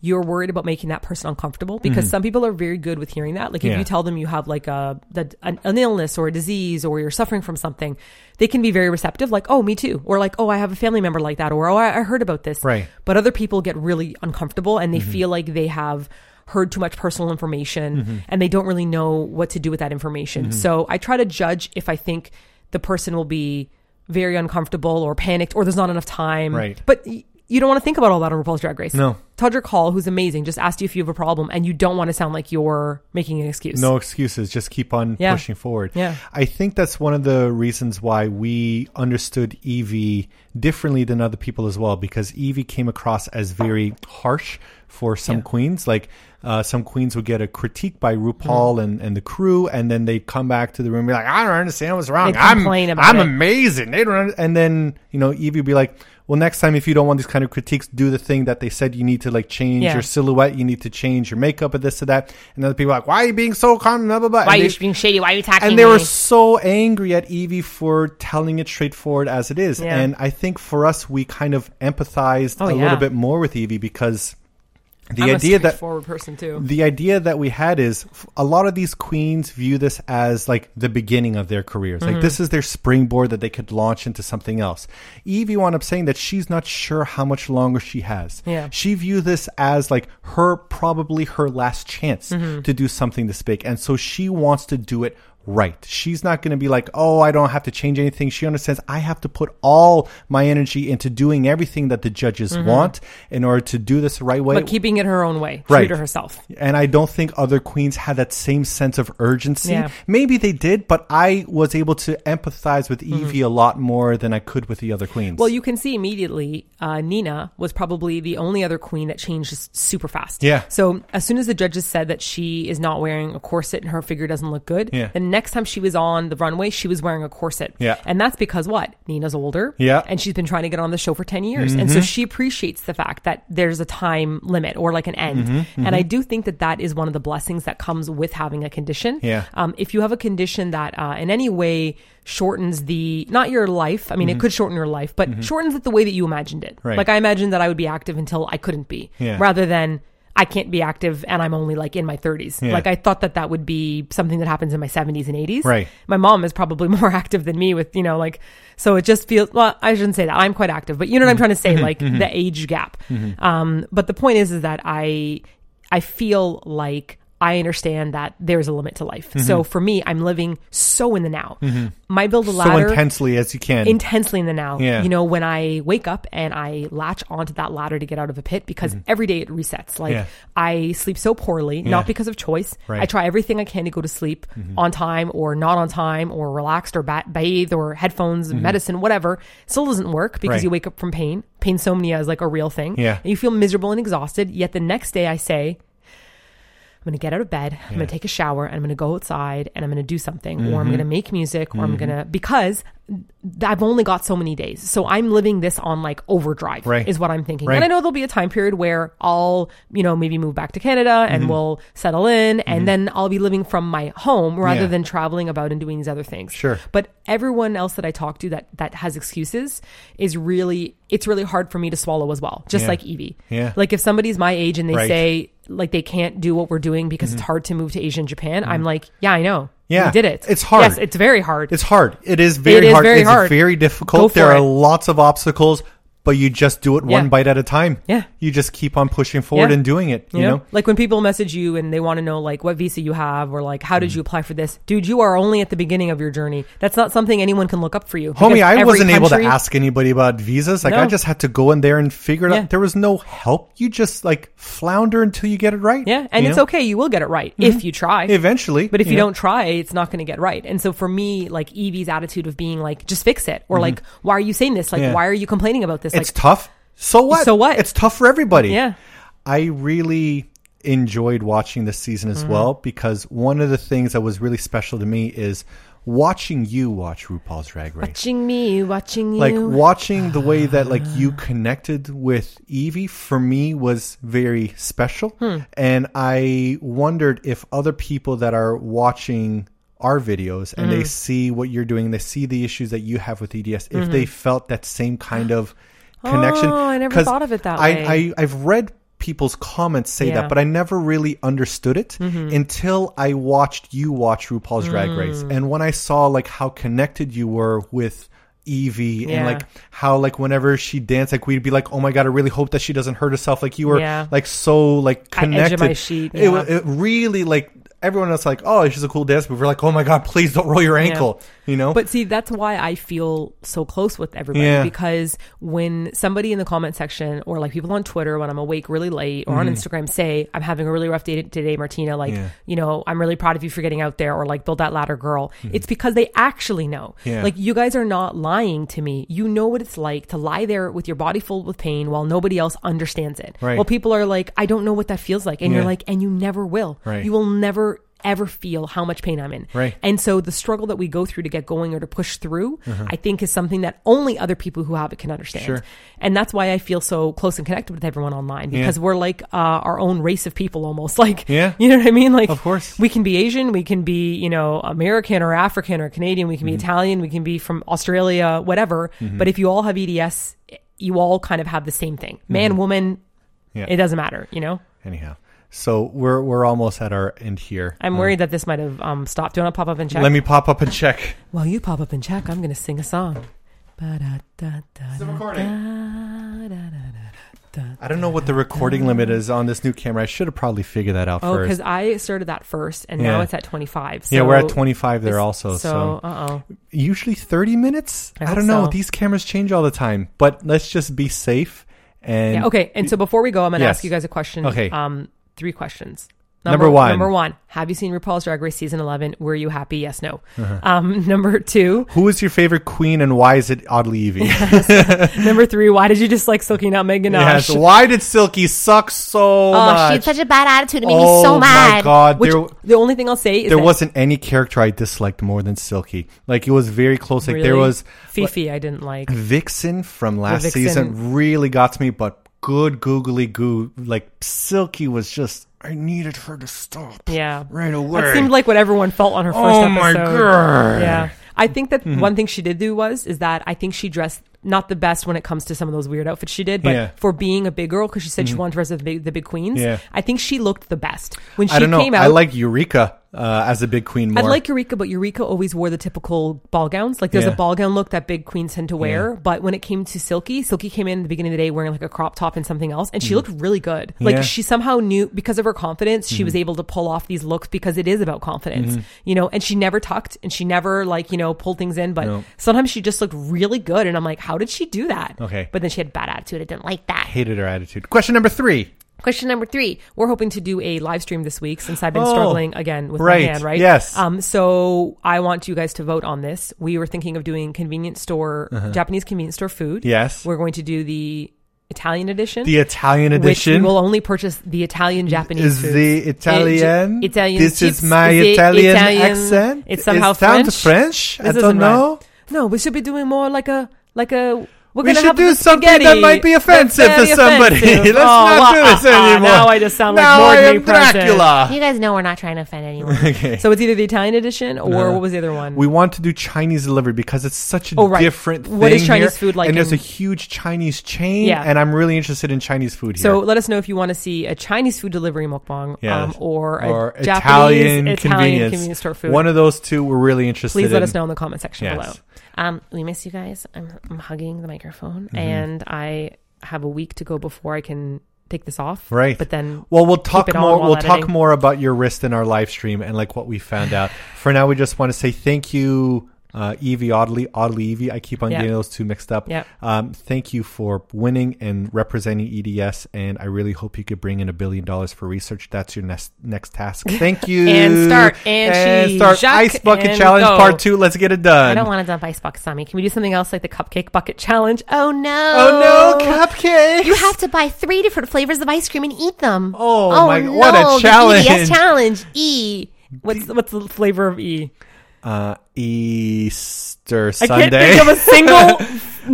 [SPEAKER 2] you're worried about making that person uncomfortable because some people are very good with hearing that. Like, if
[SPEAKER 1] Mm-hmm. Yeah.
[SPEAKER 2] you tell them you have like a, the, an, an illness or a disease or you're suffering from something, they can be very receptive, like, oh, me too. Or like, oh, I have a family member like that. Or, oh, I, I heard about this.
[SPEAKER 1] Right.
[SPEAKER 2] But other people get really uncomfortable and they
[SPEAKER 1] Mm-hmm.
[SPEAKER 2] feel like they have heard too much personal information
[SPEAKER 1] Mm-hmm.
[SPEAKER 2] and they don't really know what to do with that information. So I try to judge if I think the person will be very uncomfortable or panicked or there's not enough time.
[SPEAKER 1] Right.
[SPEAKER 2] But y- you don't want to think about all that on RuPaul's Drag Race.
[SPEAKER 1] No.
[SPEAKER 2] Todrick Hall, who's amazing, just asked you if you have a problem and you don't want to sound like you're making an excuse.
[SPEAKER 1] no excuses. Just keep on
[SPEAKER 2] Yeah.
[SPEAKER 1] pushing forward.
[SPEAKER 2] Yeah.
[SPEAKER 1] I think that's one of the reasons why we understood Evie differently than other people as well, because Evie came across as very harsh for some
[SPEAKER 2] Yeah.
[SPEAKER 1] queens. Like uh, some queens would get a critique by RuPaul
[SPEAKER 2] Mm-hmm.
[SPEAKER 1] and, and the crew, and then they come back to the room and be like, "I don't understand what's wrong.
[SPEAKER 2] They'd
[SPEAKER 1] I'm
[SPEAKER 2] complain about
[SPEAKER 1] I'm
[SPEAKER 2] it."
[SPEAKER 1] amazing. They don't." under-" And then you know Evie would be like. Well, next time, if you don't want these kind of critiques, do the thing that they said you need to to like change
[SPEAKER 2] Yeah.
[SPEAKER 1] your silhouette, you need to change your makeup and this and that. And other people are like, why are you being so calm? Blah, blah, blah.
[SPEAKER 2] Why
[SPEAKER 1] and
[SPEAKER 2] are
[SPEAKER 1] they-
[SPEAKER 2] you being shady? Why are you attacking
[SPEAKER 1] and they
[SPEAKER 2] me?
[SPEAKER 1] were so angry at Evie for telling it straightforward as it is.
[SPEAKER 2] Yeah.
[SPEAKER 1] And I think for us, we kind of empathized
[SPEAKER 2] Oh,
[SPEAKER 1] a
[SPEAKER 2] yeah.
[SPEAKER 1] little bit more with Evie because the
[SPEAKER 2] I'm
[SPEAKER 1] idea
[SPEAKER 2] a
[SPEAKER 1] that
[SPEAKER 2] forward person too.
[SPEAKER 1] the idea that we had is f- a lot of these queens view this as like the beginning of their careers.
[SPEAKER 2] Mm-hmm.
[SPEAKER 1] Like this is their springboard that they could launch into something else. Evie wound up saying that she's not sure how much longer she has.
[SPEAKER 2] Yeah.
[SPEAKER 1] She viewed this as like her probably her last chance
[SPEAKER 2] Mm-hmm.
[SPEAKER 1] to do something this big. And so she wants to do it right. She's not going to be like, "Oh, I don't have to change anything." She understands I have to put all my energy into doing everything that the judges want in order to do this the right way.
[SPEAKER 2] Mm-hmm. But keeping it her own way, true
[SPEAKER 1] Right.
[SPEAKER 2] to herself.
[SPEAKER 1] And I don't think other queens had that same sense of urgency.
[SPEAKER 2] Yeah.
[SPEAKER 1] Maybe they did, but I was able to empathize with Evie a lot more than I could with the other queens.
[SPEAKER 2] Mm-hmm. Well, you can see immediately uh, Nina was probably the only other queen that changed s- super fast.
[SPEAKER 1] Yeah.
[SPEAKER 2] So as soon as the judges said that she is not wearing a corset and her figure doesn't look good,
[SPEAKER 1] Yeah.
[SPEAKER 2] the next time she was on the runway, she was wearing a corset.
[SPEAKER 1] Yeah.
[SPEAKER 2] And that's because what? Nina's older.
[SPEAKER 1] Yeah. Mm-hmm.
[SPEAKER 2] And she's been trying to get on the show for 10 years. And so she appreciates the fact that there's a time limit or like an end.
[SPEAKER 1] Mm-hmm.
[SPEAKER 2] And I do think that that is one of the blessings that comes with having a condition.
[SPEAKER 1] Yeah.
[SPEAKER 2] Um, if you have a condition that uh, in any way shortens the not your life, I mean, it could shorten your life, but shortens it the way that you imagined it.
[SPEAKER 1] Mm-hmm. Right.
[SPEAKER 2] Like I imagined that I would be active until I couldn't be,
[SPEAKER 1] Yeah.
[SPEAKER 2] rather than I can't be active and I'm only like in my 30s.
[SPEAKER 1] Yeah.
[SPEAKER 2] Like I thought that that would be something that happens in my 70s and 80s.
[SPEAKER 1] Right.
[SPEAKER 2] My mom is probably more active than me with, you know, like, so it just feels, well, I shouldn't say that. I'm quite active, but you know what I'm trying to
[SPEAKER 1] Mm-hmm.
[SPEAKER 2] say, like the age gap. Um, but the point is, is that I, I feel like I understand that there's a limit to life. So for me, I'm living so in the now. My build a
[SPEAKER 1] Mm-hmm. so
[SPEAKER 2] ladder
[SPEAKER 1] intensely as you can.
[SPEAKER 2] intensely in the now.
[SPEAKER 1] Yeah.
[SPEAKER 2] You know, when I wake up and I latch onto that ladder to get out of the pit because every day it resets. Like
[SPEAKER 1] Mm-hmm. Yeah.
[SPEAKER 2] I sleep so poorly,
[SPEAKER 1] Yeah.
[SPEAKER 2] not because of choice.
[SPEAKER 1] Right. Mm-hmm.
[SPEAKER 2] I try everything I can to go to sleep on time or not on time or relaxed or ba- bathe or headphones, medicine, whatever. Still doesn't work because
[SPEAKER 1] Mm-hmm. Right.
[SPEAKER 2] you wake up from pain. Painsomnia is like a real thing.
[SPEAKER 1] Yeah.
[SPEAKER 2] And you feel miserable and exhausted. Yet the next day I say, I'm going to get out of bed. I'm going to take a shower and I'm going to go outside and I'm going to do something or
[SPEAKER 1] Mm-hmm.
[SPEAKER 2] I'm going to make music or I'm going to, because th- I've only got so many days. So I'm living this on like overdrive
[SPEAKER 1] Right.
[SPEAKER 2] is what I'm thinking.
[SPEAKER 1] Right.
[SPEAKER 2] And I know there'll be a time period where I'll, you know, maybe move back to Canada and
[SPEAKER 1] Mm-hmm.
[SPEAKER 2] we'll settle in and then I'll be living from my home rather
[SPEAKER 1] Yeah.
[SPEAKER 2] than traveling about and doing these other things.
[SPEAKER 1] Sure.
[SPEAKER 2] But everyone else that I talk to that, that has excuses is really, it's really hard for me to swallow as well. Just
[SPEAKER 1] Yeah.
[SPEAKER 2] like Evie.
[SPEAKER 1] Yeah.
[SPEAKER 2] Like if somebody's my age and they
[SPEAKER 1] Right. Mm-hmm.
[SPEAKER 2] say like they can't do what we're doing because it's hard to move to Asia and Japan, I'm like, yeah, I know.
[SPEAKER 1] Yeah.
[SPEAKER 2] We did it.
[SPEAKER 1] It's hard.
[SPEAKER 2] Yes, it's very hard.
[SPEAKER 1] it's hard. It is very
[SPEAKER 2] is
[SPEAKER 1] hard.
[SPEAKER 2] very
[SPEAKER 1] it's
[SPEAKER 2] hard.
[SPEAKER 1] very
[SPEAKER 2] Go
[SPEAKER 1] difficult.
[SPEAKER 2] for
[SPEAKER 1] There are
[SPEAKER 2] it.
[SPEAKER 1] lots of obstacles, but you just do it
[SPEAKER 2] Yeah.
[SPEAKER 1] one bite at a time.
[SPEAKER 2] Yeah.
[SPEAKER 1] You just keep on pushing forward
[SPEAKER 2] Yeah.
[SPEAKER 1] and doing it, you, know?
[SPEAKER 2] like when people message you and they want to know like what visa you have or like how did
[SPEAKER 1] Mm-hmm.
[SPEAKER 2] you apply for this, dude? You are only at the beginning of your journey. That's not something anyone can look up for you,
[SPEAKER 1] Homie,
[SPEAKER 2] because
[SPEAKER 1] I
[SPEAKER 2] every
[SPEAKER 1] wasn't able to
[SPEAKER 2] country-
[SPEAKER 1] ask anybody about visas. Like,
[SPEAKER 2] No.
[SPEAKER 1] I just had to go in there and figure it
[SPEAKER 2] Yeah.
[SPEAKER 1] out. There was no help. You just, like, flounder until you get it right.
[SPEAKER 2] Yeah, and
[SPEAKER 1] you
[SPEAKER 2] it's
[SPEAKER 1] know?
[SPEAKER 2] okay. You will get it right if you try.
[SPEAKER 1] Eventually.
[SPEAKER 2] But if you,
[SPEAKER 1] know?
[SPEAKER 2] don't try, it's not going to get right. And so for me, like Evie's attitude of being like, just fix it, or like, why are you saying this? Like,
[SPEAKER 1] Mm-hmm. Yeah.
[SPEAKER 2] why are you complaining about this?
[SPEAKER 1] it's
[SPEAKER 2] Like,
[SPEAKER 1] tough. So what?
[SPEAKER 2] So what?
[SPEAKER 1] It's tough for everybody.
[SPEAKER 2] Yeah.
[SPEAKER 1] I really enjoyed watching this season
[SPEAKER 2] Mm-hmm.
[SPEAKER 1] as well because one of the things that was really special to me is watching you watch RuPaul's Drag Race.
[SPEAKER 2] watching me, watching you. Ah.
[SPEAKER 1] Like watching the way that like you connected with Evie for me was very special,
[SPEAKER 2] Hmm.
[SPEAKER 1] and I wondered if other people that are watching our videos and
[SPEAKER 2] Hmm.
[SPEAKER 1] they see what you're doing, they see the issues that you have with EDS, if they felt that same kind of connection.
[SPEAKER 2] Mm-hmm. Oh, I never
[SPEAKER 1] 'Cause
[SPEAKER 2] thought of it that
[SPEAKER 1] I,
[SPEAKER 2] way.
[SPEAKER 1] I, I've read people's comments say
[SPEAKER 2] Yeah. Mm-hmm.
[SPEAKER 1] that, but I never really understood it until I watched you watch RuPaul's Drag Race.
[SPEAKER 2] Mm.
[SPEAKER 1] And when I saw like how connected you were with Evie
[SPEAKER 2] Yeah.
[SPEAKER 1] and like how like whenever she danced, like we'd be like, oh my god, I really hope that she doesn't hurt herself. Like you were
[SPEAKER 2] Yeah.
[SPEAKER 1] like so like
[SPEAKER 2] I edge of
[SPEAKER 1] connected.
[SPEAKER 2] my sheet,
[SPEAKER 1] It wa-
[SPEAKER 2] yeah.
[SPEAKER 1] it really like everyone else like, oh, she's a cool dance move. We're like, oh my god, please don't roll your ankle. You know,
[SPEAKER 2] But see, that's why I feel so close with everybody
[SPEAKER 1] Yeah.
[SPEAKER 2] because when somebody in the comment section or like people on Twitter when I'm awake really late or on Instagram say, I'm having a really rough day today, Martina, like,
[SPEAKER 1] Mm-hmm. Yeah.
[SPEAKER 2] you know, I'm really proud of you for getting out there or like build that ladder girl, it's because they actually know.
[SPEAKER 1] Mm-hmm. Yeah.
[SPEAKER 2] Like, you guys are not lying to me. You know what it's like to lie there with your body full with pain while nobody else understands it.
[SPEAKER 1] Right.
[SPEAKER 2] Well, people are like, I don't know what that feels like. And you're
[SPEAKER 1] Yeah.
[SPEAKER 2] like, and you never will.
[SPEAKER 1] Right.
[SPEAKER 2] You will never ever feel how much pain I'm in.
[SPEAKER 1] Right.
[SPEAKER 2] And so the struggle that we go through to get going or to push through, I think is something that only other people who have it can understand.
[SPEAKER 1] Uh-huh. Sure.
[SPEAKER 2] And that's why I feel so close and connected with everyone online because we're like uh, our own race of people almost. Like,
[SPEAKER 1] Yeah.
[SPEAKER 2] you know what I mean? Like,
[SPEAKER 1] Of course.
[SPEAKER 2] we can be Asian, we can be, you know, American or African or Canadian, we can be
[SPEAKER 1] Mm-hmm.
[SPEAKER 2] Italian, we can be from Australia, whatever. But if you all have EDS, you all kind of have the same thing man, woman,
[SPEAKER 1] Mm-hmm. Yeah.
[SPEAKER 2] it doesn't matter, you know?
[SPEAKER 1] Anyhow, so we're we're almost at our end here.
[SPEAKER 2] I'm worried that this might have um, stopped. Do you want to pop up and check?
[SPEAKER 1] Let me pop up and check.
[SPEAKER 2] While you pop up and check, I'm going to sing a song. It's
[SPEAKER 1] the recording. I don't know what the recording limit is on this new camera. I should have probably figured that out
[SPEAKER 2] Oh, because
[SPEAKER 1] first.
[SPEAKER 2] I started that first, and
[SPEAKER 1] Yeah.
[SPEAKER 2] now it's at 25. So
[SPEAKER 1] yeah, we're at 25 there also. So,
[SPEAKER 2] So, uh oh.
[SPEAKER 1] usually 30 minutes.
[SPEAKER 2] I
[SPEAKER 1] I,
[SPEAKER 2] hope
[SPEAKER 1] don't know.
[SPEAKER 2] so.
[SPEAKER 1] These cameras change all the time, but let's just be safe. And
[SPEAKER 2] Yeah, okay. And so before we go, I'm going to
[SPEAKER 1] Yes.
[SPEAKER 2] ask you guys a question.
[SPEAKER 1] Okay.
[SPEAKER 2] Um, three questions.
[SPEAKER 1] Number one.
[SPEAKER 2] Number one. Have you seen RuPaul's Drag Race season 11? Were you happy? Yes, no.
[SPEAKER 1] Uh-huh.
[SPEAKER 2] Um, number two.
[SPEAKER 1] who is your favorite queen and why is it oddly Evie?
[SPEAKER 2] Oh, number three. Why did you just like Silky not Megan?
[SPEAKER 1] yes. Why did Silky suck so
[SPEAKER 3] Oh,
[SPEAKER 1] much?
[SPEAKER 3] she had such a bad attitude. It made
[SPEAKER 1] oh
[SPEAKER 3] me so
[SPEAKER 1] my
[SPEAKER 3] mad.
[SPEAKER 1] god.
[SPEAKER 2] Which,
[SPEAKER 1] there
[SPEAKER 2] the only thing I'll say is
[SPEAKER 1] there
[SPEAKER 2] that-
[SPEAKER 1] wasn't any character I disliked more than Silky. Like it was very close. Like there
[SPEAKER 2] really?
[SPEAKER 1] was
[SPEAKER 2] Fifi. I didn't like.
[SPEAKER 1] Vixen from last
[SPEAKER 2] Vixen.
[SPEAKER 1] season really got to me, but good googly goo like Silky was just I needed her to stop.
[SPEAKER 2] Yeah.
[SPEAKER 1] Right away.
[SPEAKER 2] That seemed like what everyone felt on her first
[SPEAKER 1] Oh
[SPEAKER 2] episode.
[SPEAKER 1] my God. Mm-hmm.
[SPEAKER 2] Yeah. I think that one thing she did do was is that I think she dressed not the best when it comes to some of those weird outfits she did, but
[SPEAKER 1] Yeah. Mm-hmm.
[SPEAKER 2] for being a big girl because she said she wanted to dress as the big, the big queens.
[SPEAKER 1] Yeah.
[SPEAKER 2] I think she looked the best when she
[SPEAKER 1] I don't know.
[SPEAKER 2] came out.
[SPEAKER 1] I like Eureka uh, as a big queen
[SPEAKER 2] I
[SPEAKER 1] more.
[SPEAKER 2] like Eureka, but Eureka always wore the typical ball gowns. Like there's
[SPEAKER 1] Yeah.
[SPEAKER 2] a ball gown look that big queens tend to wear. But when it came to Silky, Silky came in at the beginning of the day wearing like a crop top and something else, and she looked really good. Like
[SPEAKER 1] Mm-hmm. Yeah. Mm-hmm.
[SPEAKER 2] she somehow knew because of her confidence, she was able to pull off these looks because it is about confidence, you know. And she never tucked, and she never like you know pulled things in. But
[SPEAKER 1] No.
[SPEAKER 2] sometimes she just looked really good, and I'm like, how did she do that?
[SPEAKER 1] Okay.
[SPEAKER 2] But then she had bad attitude.
[SPEAKER 3] Dude, I didn't like that.
[SPEAKER 1] hated her attitude. Question number three.
[SPEAKER 3] Question number three.
[SPEAKER 2] we're hoping to do a live stream this week since I've been
[SPEAKER 1] Oh,
[SPEAKER 2] struggling again with
[SPEAKER 1] right,
[SPEAKER 2] my hand, right?
[SPEAKER 1] yes.
[SPEAKER 2] Um, so I want you guys to vote on this. We were thinking of doing convenience store, Japanese convenience store food.
[SPEAKER 1] Uh-huh. Yes.
[SPEAKER 2] We're going to do the Italian edition.
[SPEAKER 1] The Italian
[SPEAKER 2] which we
[SPEAKER 1] edition
[SPEAKER 2] will only purchase the Italian Japanese
[SPEAKER 1] is
[SPEAKER 2] foods.
[SPEAKER 1] the Italian.
[SPEAKER 2] It- Italian
[SPEAKER 1] This
[SPEAKER 2] chips,
[SPEAKER 1] is my
[SPEAKER 2] the
[SPEAKER 1] Italian,
[SPEAKER 2] Italian-
[SPEAKER 1] accent.
[SPEAKER 2] it's somehow
[SPEAKER 1] it sounds French.
[SPEAKER 2] This
[SPEAKER 1] I don't
[SPEAKER 2] isn't right.
[SPEAKER 1] know.
[SPEAKER 2] No, we should be doing more like a like a. We're
[SPEAKER 1] We
[SPEAKER 2] gonna
[SPEAKER 1] should
[SPEAKER 2] have
[SPEAKER 1] do
[SPEAKER 2] the
[SPEAKER 1] something that
[SPEAKER 2] spaghetti.
[SPEAKER 1] might be
[SPEAKER 2] That's
[SPEAKER 1] offensive to
[SPEAKER 2] very
[SPEAKER 1] somebody.
[SPEAKER 2] offensive.
[SPEAKER 1] Let's
[SPEAKER 2] Oh,
[SPEAKER 1] not
[SPEAKER 2] well,
[SPEAKER 1] do this
[SPEAKER 2] uh-uh,
[SPEAKER 1] anymore.
[SPEAKER 2] Now I just sound like
[SPEAKER 1] Now
[SPEAKER 2] Morgan
[SPEAKER 1] I am
[SPEAKER 2] Lee Preston.
[SPEAKER 1] Dracula.
[SPEAKER 3] You guys know we're not trying to offend anyone.
[SPEAKER 1] Okay.
[SPEAKER 2] So it's either the Italian edition or what was the other one?
[SPEAKER 1] We want to do Chinese delivery because it's such a
[SPEAKER 2] Oh, right.
[SPEAKER 1] different thing.
[SPEAKER 2] What is
[SPEAKER 1] here,
[SPEAKER 2] Chinese food like
[SPEAKER 1] And there's a
[SPEAKER 2] in-
[SPEAKER 1] huge Chinese chain,
[SPEAKER 2] Yeah.
[SPEAKER 1] and I'm really interested in Chinese food here.
[SPEAKER 2] So let us know if you want to see a Chinese food delivery mukbang
[SPEAKER 1] Yeah.
[SPEAKER 2] um, or a
[SPEAKER 1] or
[SPEAKER 2] Japanese
[SPEAKER 1] Italian,
[SPEAKER 2] Italian
[SPEAKER 1] convenience.
[SPEAKER 2] convenience. store food.
[SPEAKER 1] One of those two we're really interested
[SPEAKER 2] Please
[SPEAKER 1] in.
[SPEAKER 2] let us know in the comment section
[SPEAKER 1] Yes.
[SPEAKER 2] below.
[SPEAKER 3] Um, we miss you guys. I'm, I'm hugging the microphone.
[SPEAKER 1] Mm-hmm.
[SPEAKER 3] And
[SPEAKER 2] And I have a week to go before I can take this off.
[SPEAKER 1] Right.
[SPEAKER 2] But then
[SPEAKER 1] Well, we'll talk
[SPEAKER 2] it on
[SPEAKER 1] more.
[SPEAKER 2] while
[SPEAKER 1] We'll talk
[SPEAKER 2] editing.
[SPEAKER 1] more about your wrist in our live stream and like what we found out. For now, we just want to say thank you, uh, Evie Audley, Audley Evie. I keep on
[SPEAKER 2] Yeah.
[SPEAKER 1] getting those two mixed up.
[SPEAKER 2] Yeah.
[SPEAKER 1] Um, thank you for winning and representing EDS, and I really hope you could bring in a billion dollars for research. That's your next next task. Thank you.
[SPEAKER 2] And start, and she-
[SPEAKER 1] start
[SPEAKER 2] Jacques,
[SPEAKER 1] ice bucket
[SPEAKER 2] and
[SPEAKER 1] challenge
[SPEAKER 2] go.
[SPEAKER 1] part two. Let's get it done.
[SPEAKER 3] I don't want to dump ice box on me. Can we do something else like the cupcake bucket challenge? Oh no.
[SPEAKER 1] oh no, cupcakes!
[SPEAKER 3] You have to buy three different flavors of ice cream and eat them.
[SPEAKER 1] Oh, my- what a
[SPEAKER 3] no,
[SPEAKER 1] challenge.
[SPEAKER 3] The EDS challenge. E.
[SPEAKER 2] what's what's the flavor of E?
[SPEAKER 1] uh, Easter
[SPEAKER 2] I
[SPEAKER 1] Sunday.
[SPEAKER 2] can't think of a single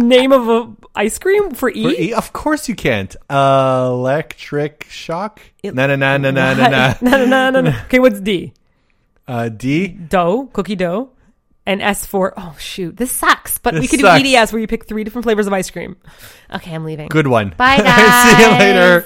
[SPEAKER 2] name of a ice cream for E.
[SPEAKER 1] For E- Of course you can't. electric shock. Na na na na na na na.
[SPEAKER 2] no, no, no, no. Okay, what's D?
[SPEAKER 1] Uh, D.
[SPEAKER 2] Dough, cookie dough, and S for oh shoot, this sucks. But
[SPEAKER 1] This
[SPEAKER 2] we could E
[SPEAKER 1] sucks.
[SPEAKER 2] do EDS where you pick three different flavors of ice cream.
[SPEAKER 3] Okay, I'm leaving.
[SPEAKER 1] Good one.
[SPEAKER 3] Bye,
[SPEAKER 1] See you
[SPEAKER 3] guys.
[SPEAKER 1] later.